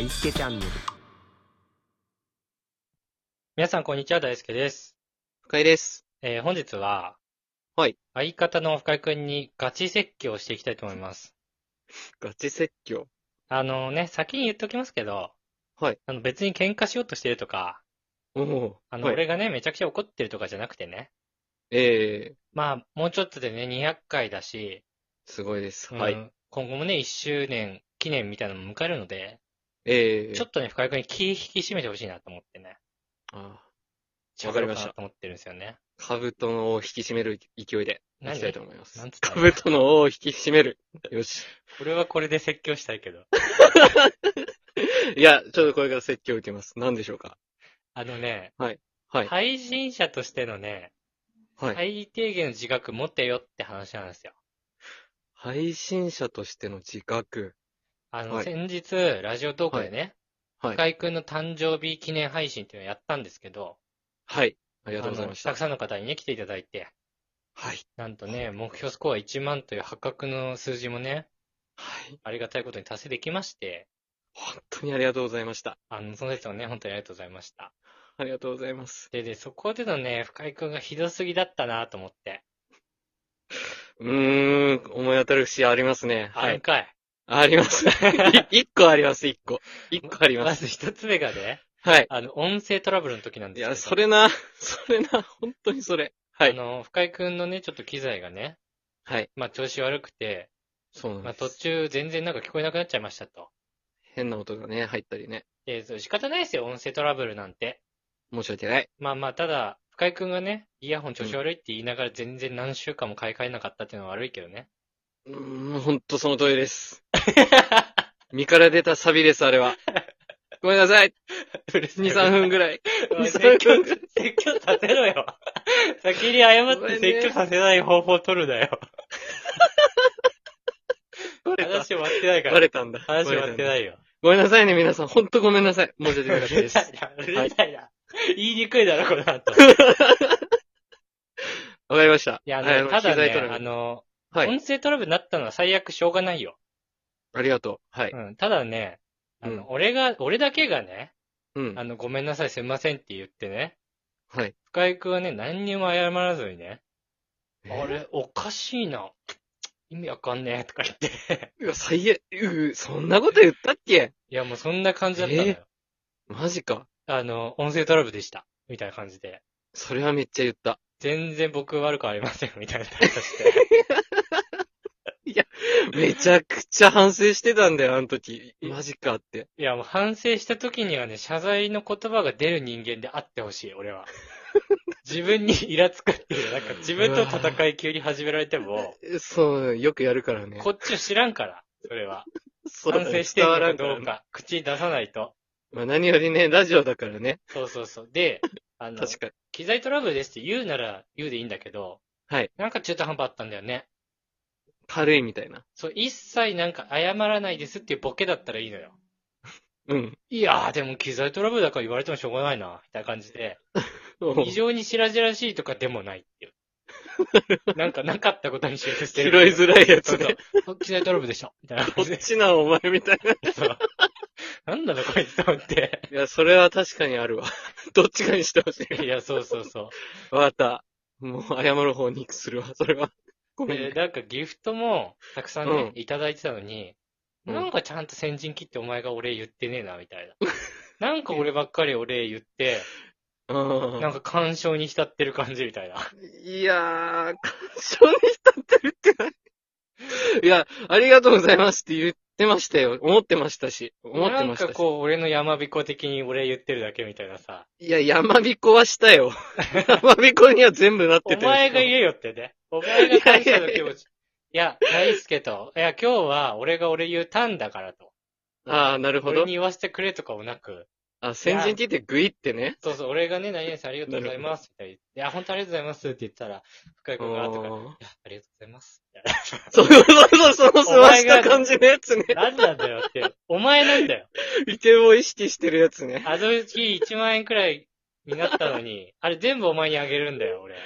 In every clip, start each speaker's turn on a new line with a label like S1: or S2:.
S1: いすけチャンネル
S2: 皆さん、こんにちは。大輔です。
S3: 深井です。
S2: えー本日は、
S3: はい。
S2: 相方の深井くんにガチ説教をしていきたいと思います。
S3: ガチ説教。
S2: あのね、先に言っておきますけど、
S3: はい。
S2: あの、別に喧嘩しようとしてるとか、
S3: おお。
S2: あの、
S3: はい
S2: 俺がね、めちゃくちゃ怒ってるとかじゃなくてね。
S3: ええ
S2: まあ、もうちょっとでね、200回だし、
S3: すごいです。
S2: うん
S3: はい。
S2: 今後もね、1周年記念みたいなのも迎えるので、
S3: ええ
S2: ちょっとね、深井くんに気引き締めてほしいなと思ってね。
S3: ああ
S2: 喋
S3: わかりました
S2: ろうなと思ってるんですよね。
S3: 兜の尾を引き締める勢いでい
S2: 何
S3: きたいと思いま
S2: なん
S3: す。
S2: つったの
S3: 兜の尾を引き締める。よし。
S2: 俺はこれで説教したいけど。
S3: いや、ちょっとこれから説教を受けます。何でしょうか。
S2: あのね、
S3: はい
S2: 配信者としてのね、
S3: はい。
S2: 最低限の自覚持ってよって話なんですよ。
S3: 配信者としての自覚。
S2: あの、
S3: はい
S2: 先日、ラジオトークでね、
S3: はい
S2: 深井くんの誕生日記念配信っていうのをやったんですけど、
S3: はい。あり
S2: あ
S3: がとうござい
S2: の、
S3: ました
S2: たく。さんの方にね、来ていただいて、
S3: はい。
S2: なんとね、目標スコア1万という破格の数字もね、
S3: はい。
S2: ありがたいことに達成できまして、
S3: 本当にありがとうございました。
S2: あの、その説をね、本当にありがとうございました。
S3: ありがとうございます。
S2: で、で、そこでのね、深井くんがひどすぎだったなと思って、
S3: うーん、思い当たる節ありますね。
S2: あ
S3: は
S2: るん
S3: い。
S2: かい。
S3: あります。 い一個あります、一個。一個ありま。
S2: ますず一つ目がね、
S3: はい。
S2: あの、音声トラブルの時なんで
S3: い
S2: すけど。
S3: や、それな、それな、本当にそれ。は
S2: あ
S3: い。
S2: の、深井くんのね、ちょっと機材がね、
S3: はい。
S2: まあ調子悪くて、
S3: そうなん
S2: まあ
S3: です。
S2: 途中全然なんか聞こえなくなっちゃいましたと。
S3: 変な音がね、入ったりね。
S2: で、そう仕方ないですよ、音声トラブルなんて。
S3: 申し訳ない。
S2: まあまあ、ただ、深井くんがね、イヤホン調子悪いって言いながら全然何週間も買い替えなかったっていうのは悪いけ どね。
S3: うーん、ほんとその通りです。身から出たサビです、あ れは。ごめんなさい。
S2: うるさい
S3: 2、3分ぐ らい。
S2: おい
S3: 2、
S2: 説
S3: 3
S2: 教
S3: 分、
S2: 説教させ ろよ。先に謝っ
S3: ご
S2: て
S3: めんね
S2: 説教させない方法を取るなよ。
S3: バレ
S2: 話
S3: た。
S2: 終わってないか
S3: バ
S2: ら。
S3: レたんだ。
S2: 話終わって
S3: バレたんだ
S2: ないよ。
S3: ごめんなさいね、皆さん。ほんとごめんなさい。申し訳なかった
S2: う
S3: で
S2: るさ
S3: す
S2: い。な、うるさいな。言いにくいだろ、この後。
S3: わかりました。
S2: いや、あ
S3: はい
S2: の、ただ
S3: 機材
S2: ね
S3: トラブ、ル
S2: あの、
S3: はい。
S2: 音声トラブルになったのは最悪しょうがないよ。
S3: ありがとう。はい。
S2: うん。ただね、あの、
S3: うん
S2: 俺が、俺だけがね、
S3: うん
S2: あ。の、ごめんなさい、すいませんって言ってね、
S3: はい。
S2: 深井くんはね、何にも謝らずにね、
S3: えー
S2: あれ、おかしいな。意味わかんねえとか言って。
S3: うわ、最悪。うーそんなこと言ったっけ
S2: いや、もうそんな感じだったのよ。
S3: マジか。
S2: あの、音声トラブルでした。みたいな感じで。
S3: それはめっちゃ言った。
S2: 全然僕悪くありません、みたいな感じでして。
S3: めちゃくちゃ反省してたんだよ、あの時。
S2: え
S3: マジかって。
S2: いや、もう反省した時にはね、謝罪の言葉が出る人間であってほしい、俺 は。自分にイラつくっていう、なんか自分と戦い急に始められても、
S3: そう、よくやるからね。
S2: こっちは知らんから、それは。
S3: そうだ
S2: 反
S3: ね
S2: 省してるのか
S3: 伝わ
S2: ど
S3: ら
S2: うん
S3: らね
S2: か、口に出さないと。
S3: まあ何よりね、ラジオだからね。
S2: そうそうそう。で、あの、
S3: 確かに。
S2: 機材トラブルですって言うなら言うでいいんだけど、
S3: はい。
S2: なんか中途半端あったんだよね。
S3: 軽いみたいな。
S2: そう、一切なんか謝らないですっていうボケだったらいいのよ。
S3: うん。
S2: いやー、でも機材トラブルだから言われてもしょうがないな、みたいな感じで。 非常に白々しいとかでもないってい う。なんかなかったことに集中して
S3: 拾い
S2: る。
S3: づらいやつ
S2: そうそう
S3: ね。
S2: あ機材トラブルでした。みたいな
S3: こ
S2: 感じ
S3: っ
S2: で。
S3: ちな、お前みたいな。い
S2: そう なんなのこいつと思って。
S3: や、それは確かにあるわ。 どっちかにしてほし
S2: い
S3: い。
S2: や、そうそうそ
S3: わかった。もう謝る方にするわ、それは。ご
S2: う。
S3: めん
S2: で、
S3: ね。
S2: なんかギフトもたくさん
S3: う
S2: ね、いただいてたのに、
S3: うん
S2: なんかちゃんと先陣切ってお前がお礼言ってねえな、みたい な。なんか俺ばっかりお礼言って、
S3: うん
S2: なんか感傷に浸ってる感じみたいな。
S3: いやー、感傷に浸ってるってない。いや、ありがとうございますって言ってましたよ。思ってましたし。思って
S2: なん
S3: まし
S2: か
S3: たし。
S2: こう、俺の山彦的にお礼言ってるだけみたいなさ。
S3: いや、山彦はしたよ。山彦には全部なって
S2: お
S3: たよ
S2: 前が言えよってね。お前が感謝の気持 ち。いや、大輔と。いや、今日は俺が俺言うたんだからと。
S3: ああ、なるほ
S2: 俺
S3: ど
S2: に。言わせてくれとかもなく。
S3: あ、先陣切ってグイってね。
S2: そうそう、俺がね、何々さんありがとうございます。みたいな。いや、本当ありがとうございますって言ったら、深井
S3: う
S2: 君が後から、い
S3: ん
S2: や、ありがとうございます。みたい
S3: そうそうそう、そのすわした感じのやつね。
S2: な何なんだよって。お前なんだよ。
S3: イケボを意識してるやつね。
S2: あのうち1万円くらいになったのに、あれ全部お前にあげるんだよ、俺。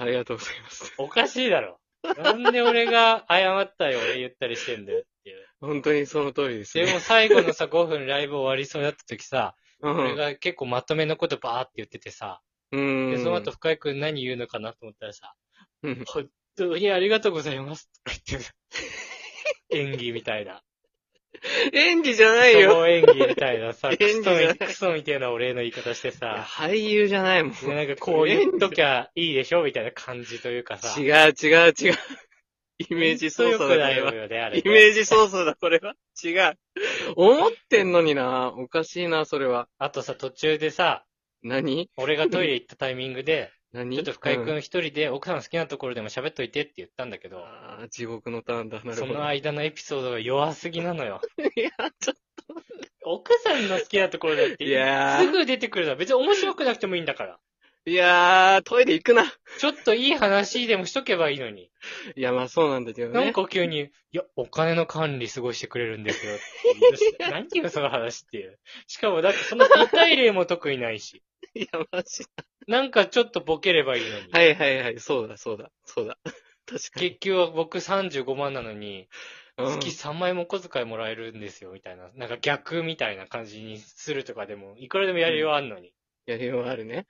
S3: ありがとうございます。
S2: おかしいだろ。なんで俺が謝ったり俺言ったりしてんだよってっていう。
S3: 本当にその通りです
S2: で
S3: ね。
S2: も最後のさ、5分ライブ終わりそうになった時さ、
S3: う
S2: 俺
S3: ん。
S2: が結構まとめのことばーって言っててさ、
S3: うん。
S2: で、その後深井くん何言うのかなと思ったらさ、
S3: うん。
S2: 本当にありがとうございますとか 言ってた。演技みたいな。
S3: 演技じゃない
S2: そ
S3: よ。
S2: の演技みたいなさ、
S3: 演
S2: ク
S3: 技じ
S2: ソ
S3: ゃない
S2: みクソみたいなお礼の言い方して
S3: いや
S2: さ、
S3: 俳優じゃないもん。
S2: でなんかこう言っときゃいいでしょみたいな感じというかさ。
S3: 違う違う違う。イメージ操作だ、こ
S2: ほんと良くない
S3: れは
S2: の。よね、あれね。
S3: イメージ操作だ、これは。違う。思ってんのにな。おかしいな、それは。
S2: あとさ、途中でさ、
S3: 何
S2: 俺がトイレ行ったタイミングで、
S3: 何
S2: ちょっと深井く
S3: うん
S2: ん一人で奥さん好きなところでも喋っといてって言ったんだけど、
S3: あー地獄のターンだ。なる
S2: そ
S3: ほど。
S2: の間のエピソードが弱すぎなのよ。
S3: いや、ちょっ
S2: 奥さんの好きなところだっ
S3: と。
S2: て、
S3: いや
S2: す
S3: ー。
S2: ぐ出てくるの。別に面白くなくてもいいんだから。
S3: いやー、トイレ行くな。
S2: ちょっといい話でもしとけばいいのに。
S3: いや、まあそうなんだけどね。
S2: なんか急に、いや、お金の管理過ごしてくれるんですよって言い出して。何よ、その話っていう。しかも、だってその具体例も特にないし。
S3: いや、マジ
S2: なんかちょっとボケればいいのに。
S3: はいはいはい、そうだ、そうだ、そうだ。確かに。
S2: 月給は僕35万なのに、
S3: うん
S2: 月3万円もお小遣いもらえるんですよ、みたいな。なんか逆みたいな感じにするとかでも、いくらでもやりようあんのに。
S3: やりようあるね。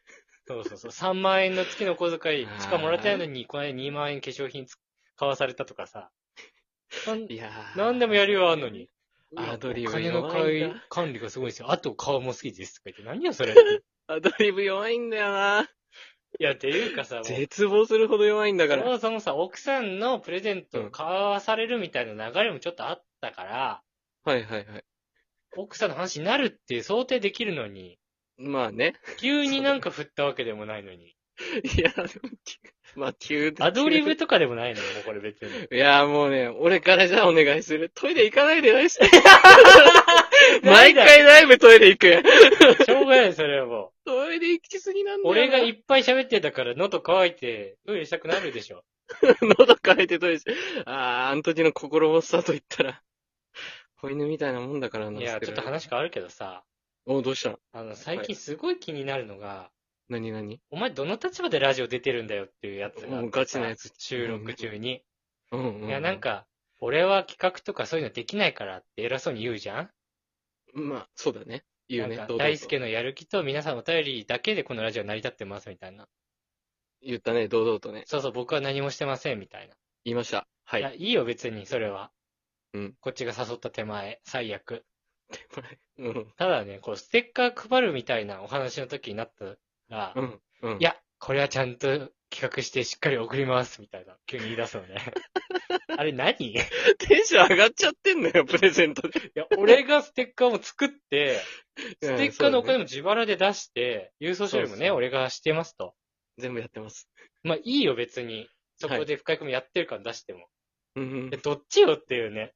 S2: そうそうそう。3万円の月の小遣いしかもらってないのに、この間2万円化粧品つ買わされたとかさ。なん
S3: いやー。
S2: なんでもやりようあんのに。
S3: アドリ
S2: お
S3: ブ
S2: 金の
S3: 弱い
S2: 買い
S3: な。
S2: 管理がすごいですよ。あと顔も好きですとか言って、何よそれって。 い
S3: アドリブ弱いんだよな。
S2: や、っていうかさ、もう
S3: 絶望するほど弱いんだか
S2: そ
S3: ら。
S2: もそもさ、奥さんのプレゼントを買わされるみたいな流れもちょっとあったから、
S3: はいはいはい。
S2: 奥さんの話になるって想定できるのに、
S3: まあね。
S2: 急になんか振ったわけでもないのに。
S3: いや、で もまあ急だ
S2: アド リブとかでもないのよ、もうこれ 別に。
S3: いや、もうね、俺からじゃあお願いする。トイレ行かないで ないして毎回ライブトイレ行く。
S2: しょうがない、それはも
S3: トイレ行きすぎなん
S2: う。
S3: だよな。
S2: 俺がいっぱい喋ってたから喉乾いて、トイレしたくなるでしょ。
S3: 喉乾いてトイレして。あー、あの時の心細さと言ったら、子犬みたいなもんだからな。
S2: いや、
S3: 捨
S2: ちょ
S3: てら
S2: っと
S3: れる
S2: 話変わるけどさ、
S3: お、どうした
S2: あの、最近すごい気になるのが、
S3: なになに
S2: お前どの立場でラジオ出てるんだよっていうやつが。
S3: もうガチなやつ。
S2: 収録中に。
S3: うんうんうん。
S2: いや、なん。か、俺は企画とかそういうのできないからって偉そうに言うじゃん
S3: まあ、そうだね。言うね。
S2: なん
S3: 堂々
S2: か
S3: と
S2: 大輔のやる気と皆さんお便りだけでこのラジオ成り立ってますみたいな。
S3: 言ったね、堂々とね。
S2: そうそう、僕は何もしてませんみたいな。、
S3: 言いました。はいい。
S2: や、いいよ、別に、それは。
S3: うん
S2: こっちが誘った手前、最悪。
S3: うん。
S2: ただね、こう、ステッカー配るみたいなお話の時になったら、
S3: うん。うん。
S2: いや、これはちゃんと企画してしっかり送ります、みたいな。急に言い出すのね。 あれ何い
S3: テンション上がっちゃってん のよ、プレゼントで。
S2: や、俺がステッカーも作って、ス
S3: うん
S2: テッカーのお
S3: そうだ
S2: 金
S3: ね
S2: も自腹で出して、郵送処理も
S3: そう
S2: ね、
S3: そう
S2: 俺がしてますと。
S3: 全部やってます。
S2: まあいいよ別に。そこで深井君もやってるから出しても。
S3: うん
S2: でどっちよってい うね。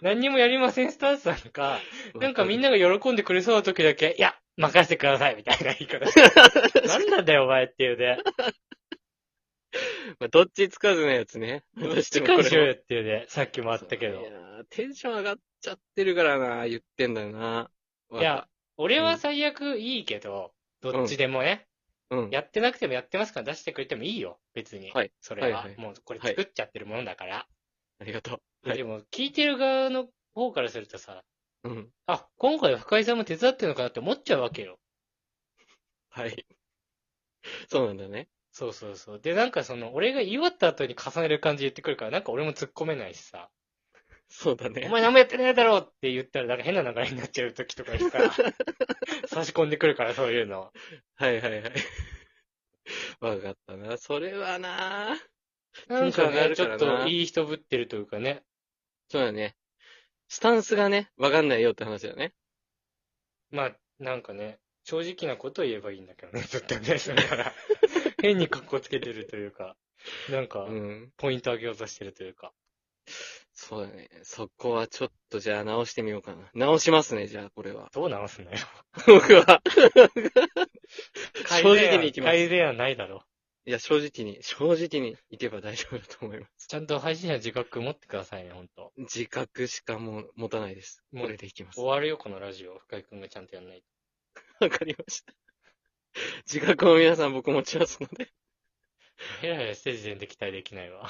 S2: 何にもやりませんスタンスなのか、 なんかみんなが喜んでくれそうな時だけ、いや、任せてくださいみたいな言い方して。なんなんだよお前っていうね。
S3: まあどっちつかずのやつね。どっ
S2: 時間しろよっていうね。さっきもあったけど
S3: い。やーテンション上がっちゃってるからな、言ってんだよな。
S2: いや、俺は最悪いいけど、どっちでもね、
S3: うん。
S2: やってなくてもやってますから出してくれてもいいよ、別に。
S3: はい。
S2: それは、
S3: はいはい
S2: もうこれ作っちゃってるものだから。
S3: ありがと
S2: いやでも、聞いてる側の方からするとさ、
S3: う。うん。
S2: あ、今回は深井さんも手伝ってるのかなって思っちゃうわけよ。
S3: はい。そうなんだね。
S2: そうそうそう。で、なんかその、俺が言い終わった後に重ねる感じで言ってくるから、なんか俺も突っ込めないしさ、
S3: そうだね。
S2: お前何もやってないだろうって言ったら、なんか変な流れになっちゃう時とかに さ、差し込んでくるから、そういうの。
S3: はいはいはい。わかったな。それはな。
S2: な
S3: テン
S2: んかね、ち
S3: ション
S2: ょ
S3: 上が
S2: っ
S3: るからな
S2: といい人ぶってるというかね、
S3: そうだね。スタンスがね、わかんないよって話だね。
S2: まあ、なんかね、正直なことを言えばいいんだけ どね、ずっとね、それ から。変に格好つけてるというか、なんか
S3: う、ん。
S2: ポイント上げようとしてるというか。
S3: そうだね。そこはちょっとじゃあ直してみようかな。直しますね、じゃあこれは。
S2: どう直すんだよ。
S3: 僕は。
S2: 改
S3: 正
S2: 善
S3: 直に行きます。
S2: 改善はないだろう。
S3: いや、正直に、正直にいけば大丈夫だと思います。
S2: ちゃんと配信者自覚持ってくださいね、ほんと。
S3: 自覚しかもう持たないです。
S2: もう
S3: これでいきます。
S2: 終
S3: わ
S2: わるよ、このラジオ。深井くんがちゃんとやんないと。
S3: かりました。自覚を皆さん僕持ちますので。
S2: ヘラヘラステージで期待できないわ。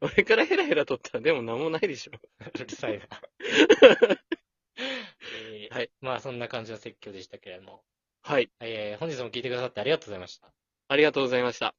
S3: 俺からヘラヘラ取ったらでも何もないでしょ。
S2: うる さいな。えー
S3: はい。
S2: まあ、そんな感じの説教でしたけれども。
S3: はい。
S2: えー、本日も聞いてくださってありがとうございました。
S3: ありがとうございました。